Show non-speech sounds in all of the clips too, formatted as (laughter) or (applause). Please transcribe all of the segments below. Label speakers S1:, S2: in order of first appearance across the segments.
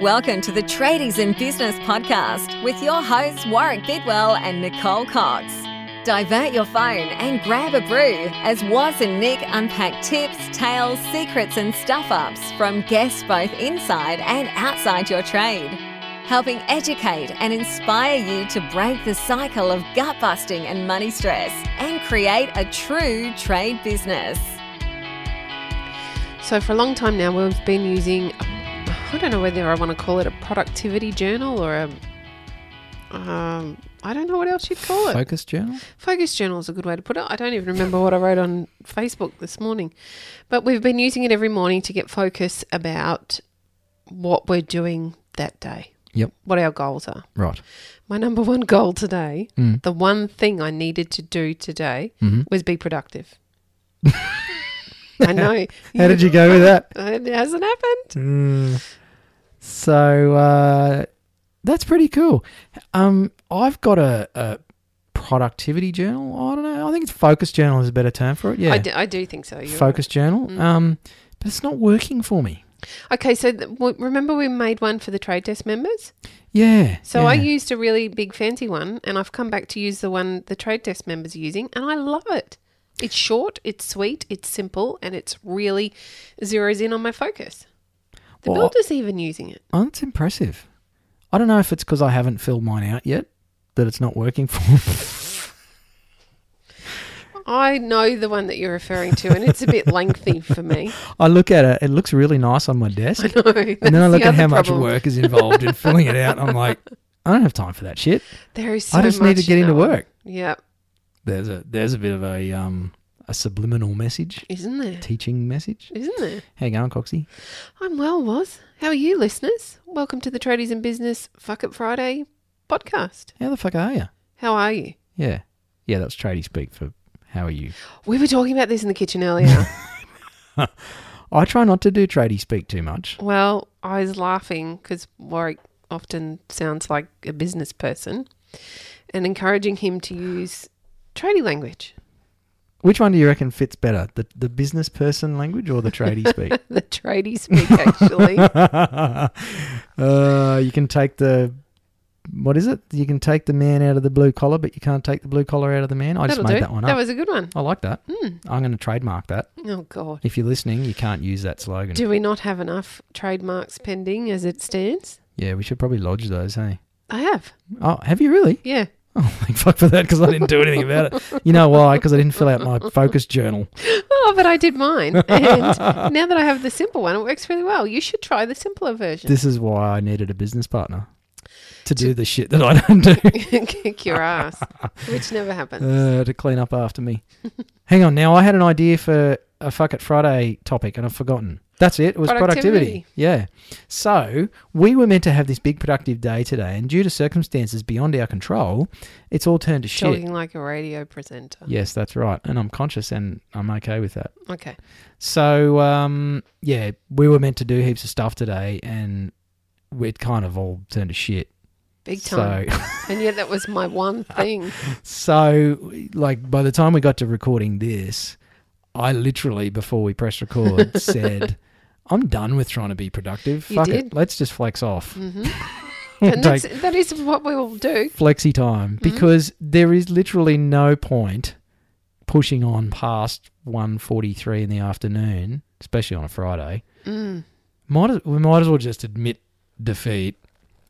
S1: Welcome to the Tradies in Business podcast with your hosts Warwick Bidwell and Nicole Cox. Divert your phone and grab a brew as Waz and Nick unpack tips, tales, secrets, and stuff ups from guests both inside and outside your trade, helping educate and inspire you to break the cycle of gut busting and money stress and create a true trade business.
S2: So for a long time now, we've been using. I don't know whether I want to call it a productivity journal or a. Um, I don't know what else you'd call it.
S3: Focus journal?
S2: Focus journal is a good way to put it. I don't even remember what I wrote on Facebook this morning, but we've been using it every morning to get focus about what we're doing that day,
S3: Yep.
S2: what our goals are.
S3: Right.
S2: My number one goal today,
S3: Hmm.
S2: the one thing I needed to do today,
S3: Mm-hmm.
S2: was be productive. I know.
S3: (laughs) How did you go with that?
S2: It hasn't happened.
S3: Mm. So uh, that's pretty cool. Um, I've got a, a productivity journal. I don't know. I think it's focus journal is a better term for it. Yeah.
S2: I, do, I do think so. You're right. Mm.
S3: focus journal. Um, but it's not working for me.
S2: Okay, so th- w- remember we made one for the trade desk members?
S3: Yeah.
S2: So
S3: yeah.
S2: I used a really big fancy one and I've come back to use the one the trade desk members are using and I love it. It's short, it's sweet, it's simple, and it's really zeroes in on my focus. The
S3: Well,
S2: builder's even using it.
S3: Oh, that's impressive. I don't know if it's because I haven't filled mine out yet that it's not working for me. (laughs)
S2: I know the one that you're referring to and it's a bit lengthy for me. (laughs)
S3: I look at it, it looks really nice on my desk.
S2: No,
S3: and then I look at how much
S2: problem.
S3: work is involved in filling it out. and I'm like, I don't have time for that shit.
S2: There is so
S3: I just need to
S2: much
S3: get
S2: in
S3: into
S2: that one.
S3: work.
S2: Yeah,
S3: There's a there's a bit of a um a subliminal message,
S2: isn't there?
S3: teaching message.
S2: Isn't there?
S3: How you going, Coxie?
S2: I'm well, Was. How are you, listeners? Welcome to the Tradies in Business Fuck It Friday podcast.
S3: How the fuck are you?
S2: How are you?
S3: Yeah, yeah, that's tradie speak for how are you.
S2: We were talking about this in the kitchen
S3: (laughs)
S2: earlier.
S3: I try not to do tradie speak too much.
S2: well, I was laughing because Warwick often sounds like a business person and encouraging him to use tradie language, (laughs)
S3: Which one do you reckon fits better, the the business person language or the tradie
S2: (laughs)
S3: speak? (laughs)
S2: the tradie speak, actually.
S3: uh, you can take the what is it? You can take the man out of the blue collar, but you can't take the blue collar out of the man. I just
S2: That'll
S3: made
S2: do.
S3: that one up.
S2: That was Hmm. a good one.
S3: I like that. I'm going to trademark that.
S2: Oh, God.
S3: If you're listening, you can't use that slogan.
S2: Do we not have enough trademarks pending as it stands?
S3: Yeah, we should probably lodge those, hey?
S2: I have.
S3: Oh, have you really? (laughs)
S2: Yeah.
S3: Oh, thank fuck for that because I didn't do anything about it. You know why? Because I didn't fill out my focus journal.
S2: Oh, but I did
S3: (laughs)
S2: mine. And now that I have the simple one, it works really well. You should try the simpler version.
S3: This is why I needed a business partner to do the shit that I don't do,
S2: (laughs) Kick your ass, which never happens.
S3: uh, to clean up after me. Hang on, now I had an idea for a fuck it Friday topic and I've forgotten. That's it. It was productivity.
S2: Productivity.
S3: Yeah. So we were meant to have this big productive day today, and due to circumstances beyond our control, it's all turned to shit.
S2: Talking like a radio presenter.
S3: Yes, that's right. And I'm conscious and I'm okay with that.
S2: Okay.
S3: So, um, yeah, we were meant to do heaps of stuff today and it kind of all turned to shit.
S2: Big
S3: So,
S2: time. (laughs) and yet that was my one thing.
S3: (laughs) so like by the time we got to recording this, I literally before we
S2: (laughs)
S3: pressed record said, "I'm done with trying to be productive.
S2: You
S3: Fuck it,
S2: did.
S3: let's just flex off. (laughs) We'll
S2: Mm-hmm. And
S3: take
S2: that's, Mm-hmm. that is what we will do.
S3: flexi time because there is literally no point pushing on past 1.43 in the afternoon, especially on a Friday.
S2: Mm.
S3: Might as, we might as well just admit defeat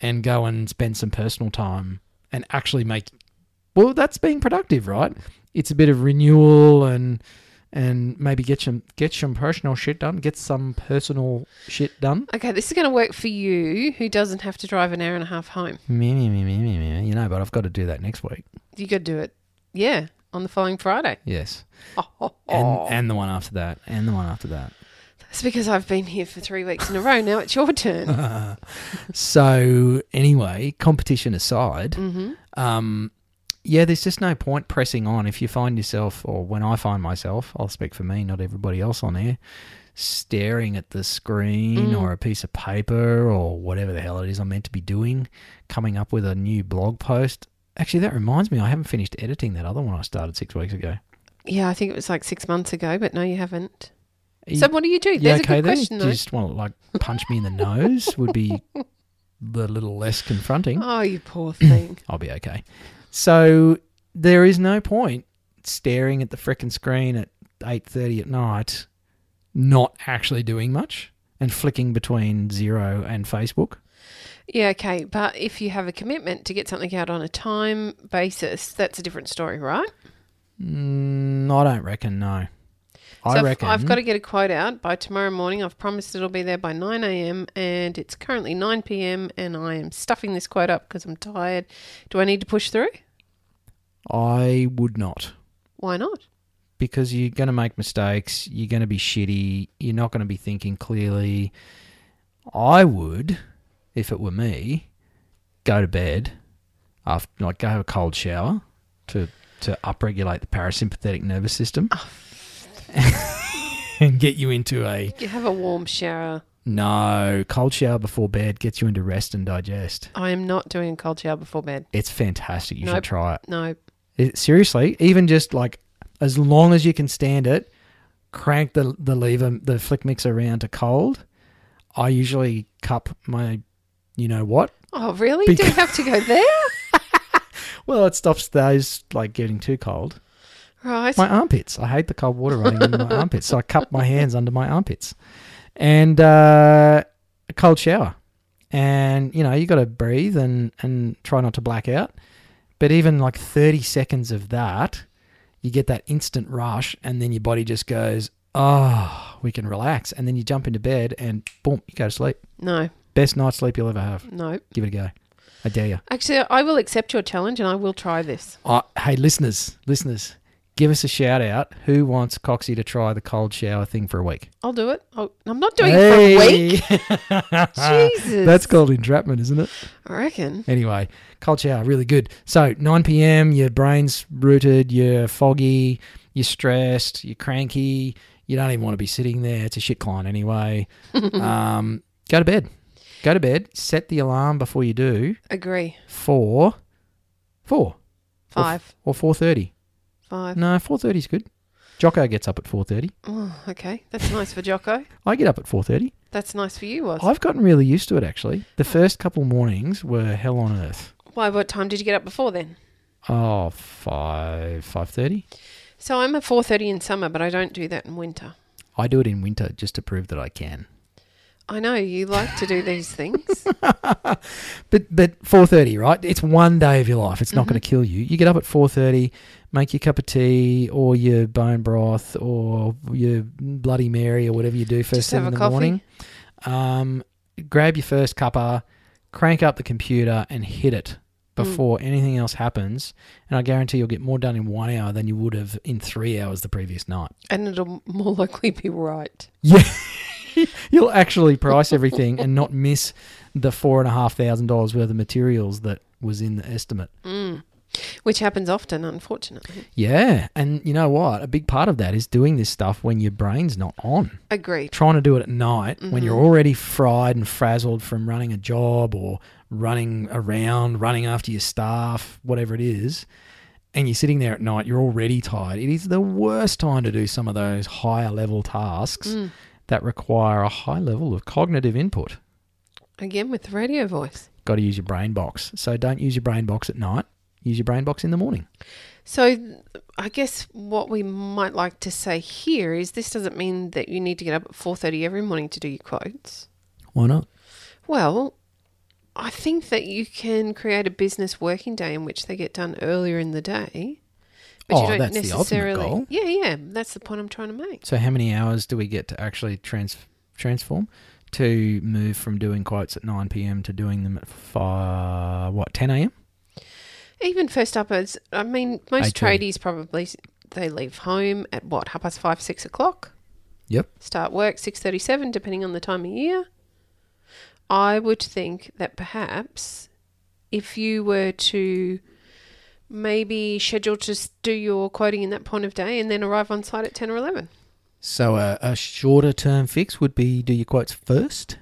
S3: and go and spend some personal time and actually make. Well, that's being productive, right? It's a bit of renewal and and maybe get some get some personal shit done, get some personal shit done.
S2: Okay, this is going to work for you who doesn't have to drive an hour and a half home.
S3: Me, me, me, me, me, me. You know, but I've got to do that next week.
S2: You could do it, yeah, on the following Friday.
S3: Yes.
S2: Oh,
S3: and, and the one after that, and the one after that.
S2: that's because I've been here for three weeks in a row. Now it's your
S3: (laughs)
S2: turn.
S3: So anyway, competition aside,
S2: Mm-hmm.
S3: um, yeah, there's just no point pressing on if you find yourself, or when I find myself, I'll speak for me, not everybody else on air, staring at the screen
S2: Mm.
S3: or a piece of paper or whatever the hell it is I'm meant to be doing, coming up with a new blog post. Actually, that reminds me, I haven't finished editing that other one I started six weeks ago.
S2: yeah, I think it was like six months ago, but no, you haven't.
S3: Are you-
S2: So what do you do?
S3: Yeah,
S2: There's a
S3: okay
S2: good
S3: then.
S2: question
S3: Do
S2: though. (laughs)
S3: you just want to like punch me in the nose? Would be a little less confronting,
S2: Oh, you poor thing.
S3: I'll be okay. So there is no point staring at the frickin' screen at 8.30 at night, not actually doing much, and flicking between Zero and Facebook.
S2: yeah, okay. But if you have a commitment to get something out on a time basis, that's a different story, right?
S3: Mm, I don't reckon, no. I
S2: so I've-
S3: reckon.
S2: I've got to get a quote out by tomorrow morning. I've promised it'll be there by 9 a.m. and it's currently 9 p.m. and I am stuffing this quote up because I'm tired. Do I need to push through?
S3: I would not.
S2: Why not?
S3: because you're going to make mistakes. You're going to be shitty. You're not going to be thinking clearly. I would, if it were me, go to bed after, like, go have a cold shower to to upregulate the parasympathetic nervous system (laughs) and get you into a
S2: You have a warm shower.
S3: no cold shower before bed gets you into rest and digest.
S2: I am not doing a cold shower before bed.
S3: It's fantastic. You
S2: Nope.
S3: should try it.
S2: No.
S3: It- seriously, even just like as long as you can stand it, crank the the lever, the flick mixer around to cold. I usually cup my, you know what?
S2: Oh, really? Do we
S3: Because-
S2: have to go
S3: (laughs)
S2: there?
S3: Well, it stops those like getting too cold.
S2: Right.
S3: My armpits. I hate the cold water running into my armpits, so I cup my hands under my armpits, and uh, a cold shower. And you know you got to breathe and and try not to black out. But even like 30 seconds of that, you get that instant rush, and then your body just goes, oh, we can relax. And then you jump into bed and boom, you go to sleep.
S2: No,
S3: Best night's sleep you'll ever have.
S2: no.
S3: Give it a go. I dare you.
S2: Actually, I will accept your challenge and I will try this.
S3: Uh, hey, listeners, listeners, give us a shout out. Who wants Coxie to try the cold shower thing for a week?
S2: I'll do it. I'll, I'm not doing it for a week.
S3: (laughs) week?
S2: Jesus.
S3: That's called entrapment, isn't it?
S2: I reckon.
S3: Anyway, cold shower, really good. So, 9 p.m., your brain's rooted, you're foggy, you're stressed, you're cranky, you don't even want to be sitting there. It's a shit
S2: (laughs)
S3: client anyway. um, go to bed. Go to bed. Set the alarm before you do
S2: Agree.
S3: for 4
S2: Five.
S3: or 4.30.
S2: Five.
S3: No, 4.30 is good. Jocko gets up at 4.30.
S2: Oh, okay. That's nice for Jocko.
S3: I get up at 4.30.
S2: That's nice for you, was.
S3: I've gotten really used to it, actually. The first couple mornings were hell on earth.
S2: Why? What time did you get up before then?
S3: Oh, 5, 5.30.
S2: So I'm a 4:30 in summer, but I don't do that in winter.
S3: I do it in winter just to prove that I can.
S2: I know you like to do
S3: (laughs)
S2: these things.
S3: But but four thirty, right? It's one day of your life. It's not going to
S2: Mm-hmm.
S3: kill you. You get up at four thirty, make your cup of tea or your bone broth or your Bloody Mary or whatever you do first
S2: Just
S3: thing
S2: have
S3: in
S2: a
S3: the
S2: coffee.
S3: morning. Um, grab your first cuppa, crank up the computer, and hit it
S2: Mm.
S3: before anything else happens. And I guarantee you'll get more done in one hour than you would have in three hours the previous night.
S2: and it'll more likely be right.
S3: Yeah. You'll actually price everything and not miss the four and a half thousand dollars worth of materials that was in the estimate.
S2: Which happens often, unfortunately.
S3: Yeah. And you know what? A big part of that is doing this stuff when your brain's not on.
S2: Agreed.
S3: Trying to do it at night when you're already fried and frazzled from running a job or running around, running after your staff, whatever it is. And you're sitting there at night, you're already tired. It is the worst time to do some of those higher level tasks that require a high level of cognitive input
S2: Again with the radio voice.
S3: got to use your brain box. So don't use your brain box at night. Use your brain box in the morning.
S2: So, I guess what we might like to say here is this doesn't mean that you need to get up at four thirty every morning to do your quotes.
S3: Why not?
S2: Well, I think that you can create a business working day in which they get done earlier in the day.
S3: Oh, that's the ultimate goal.
S2: Yeah, yeah, that's the point I'm trying to make.
S3: So how many hours do we get to actually trans- transform to move from doing quotes at 9 p.m. to doing them at five, what 10 a.m.
S2: Even first uppers, I mean, most
S3: 8:30.
S2: tradies probably s- they leave home at what half past five, six o'clock.
S3: Yep.
S2: start work 6.37 depending on the time of year i would think that perhaps if you were to maybe schedule to s- do your quoting in that point of day and then arrive on site at 10 or 11
S3: So a, a shorter term fix would be do your quotes first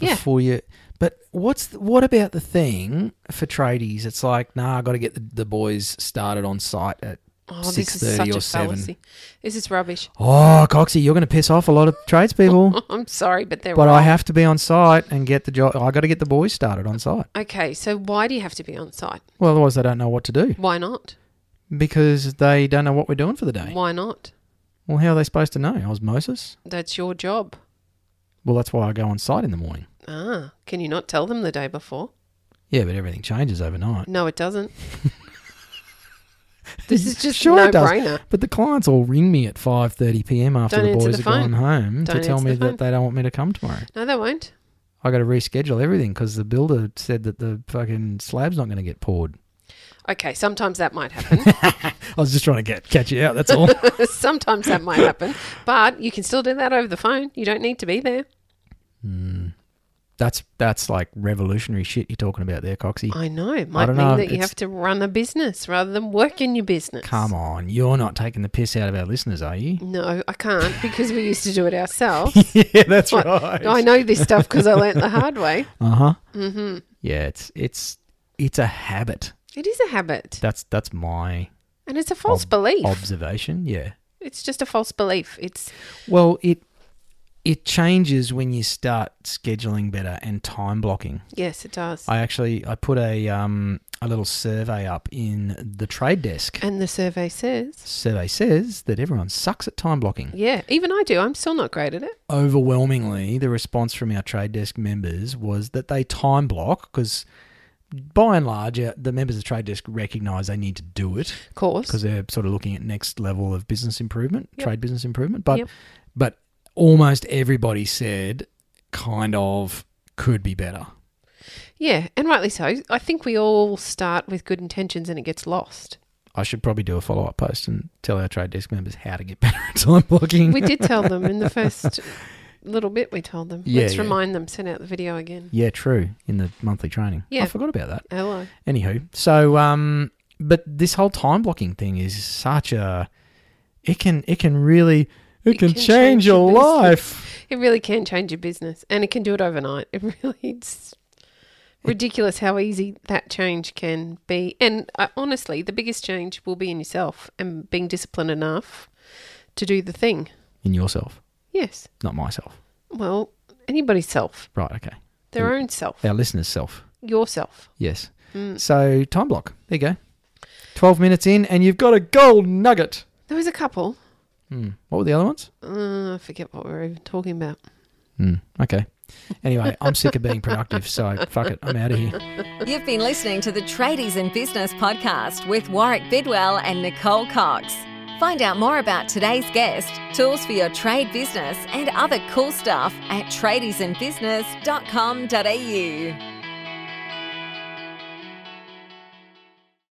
S2: Yeah.
S3: before you. But what's the, what about the thing for tradies? It's like nah, I got to get the, the boys started on site at
S2: Oh, this is
S3: 6:30
S2: such
S3: or
S2: a
S3: 7.
S2: fallacy. This is rubbish. (laughs)
S3: Oh, Coxie, you're going to piss off a lot of tradespeople.
S2: I'm sorry, but they're
S3: but
S2: wrong.
S3: I have to be on site and get the job. I got to get the boys started on site.
S2: Okay, so why do you have to be on site?
S3: Well, otherwise they don't know what to do
S2: Why not?
S3: because they don't know what we're doing for the day.
S2: Why not?
S3: Well, how are they supposed to know? Osmosis.
S2: That's your job.
S3: Well, that's why I go on site in the morning.
S2: Ah, can you not tell them the day before?
S3: Yeah, but everything changes overnight.
S2: No, it doesn't. this is just
S3: (laughs) Sure,
S2: no
S3: it does.
S2: brainer.
S3: But the clients all ring me at five thirty p.m. after
S2: Don't
S3: the
S2: answer
S3: boys
S2: the
S3: have
S2: phone.
S3: gone home
S2: Don't
S3: to tell
S2: answer
S3: me
S2: the phone.
S3: that they don't want me to come tomorrow.
S2: No, they won't.
S3: I got to reschedule everything because the builder said that the fucking slab's not going to get poured.
S2: Okay, sometimes that might happen.
S3: I was just trying to get catch you out. That's
S2: (laughs)
S3: all.
S2: sometimes that might happen, but you can still do that over the phone. You don't need to be there.
S3: that's that's like revolutionary shit you're talking about there, Coxie.
S2: I know. It might
S3: don't
S2: mean
S3: know,
S2: that you
S3: it's-
S2: have to run a business rather than work in your business.
S3: Come on, you're not taking the piss out of our listeners,
S2: (laughs)
S3: are you? (laughs)
S2: No, I can't because we used to do it ourselves.
S3: yeah, that's
S2: What?
S3: right.
S2: I know this stuff because I learnt the hard way.
S3: Uh huh. Mm-hmm. Yeah, it's it's it's a habit.
S2: It is a habit
S3: That's that's my
S2: and it's a false belief.
S3: observation. Yeah.
S2: It's just a false belief. It's
S3: Well, it it changes when you start scheduling better and time blocking.
S2: yes, it does.
S3: I actually I put a um a little survey up in the trade desk.
S2: and the survey says,
S3: Survey says that everyone sucks at time blocking.
S2: yeah, even I do. I'm still not great at it.
S3: Overwhelmingly, the response from our trade desk members was that they time block because, by and large, uh, the members of trade desk recognise they need to do it
S2: Of course.
S3: because they're sort of looking at next level of business improvement, trade business improvement. But
S2: Yep.
S3: but almost everybody said kind of could be better.
S2: Yeah, and rightly so. I think we all start with good intentions and it gets lost.
S3: I should probably do a follow up post and tell our trade desk members how to get (laughs) better at time blocking. (laughs)
S2: We did tell them in the first little bit, we told them.
S3: Yeah,
S2: Let's
S3: yeah.
S2: remind them, send out the video again.
S3: yeah, true. In the monthly training. I
S2: Yeah.
S3: forgot about that.
S2: Hello.
S3: Anywho, so um, but this whole time blocking thing is such a, it can it can really it, can, change, your
S2: business.
S3: life.
S2: It really can change your business and it can do it overnight. It (laughs) really it's ridiculous how easy that change can be. And uh, honestly, the biggest change will be in yourself and being disciplined enough to do the thing.
S3: In yourself,
S2: Yes.
S3: not myself.
S2: Well, anybody's self,
S3: Right? Okay. Mm.
S2: their own self,
S3: Our listeners' self.
S2: yourself.
S3: Yes. So time block. There you go. Twelve minutes in, and you've got a gold nugget.
S2: There was a couple
S3: Hmm. What were the other ones?
S2: Uh, I forget what we were even talking about.
S3: Hmm. Okay. Anyway, I'm sick of being productive, so fuck it. I'm out of here.
S1: You've been listening to the Tradies in Business podcast with Warwick Bidwell and Nicole Cox. Find out more about today's guest, tools for your trade business, and other cool stuff at tradiesinbusiness.com.au.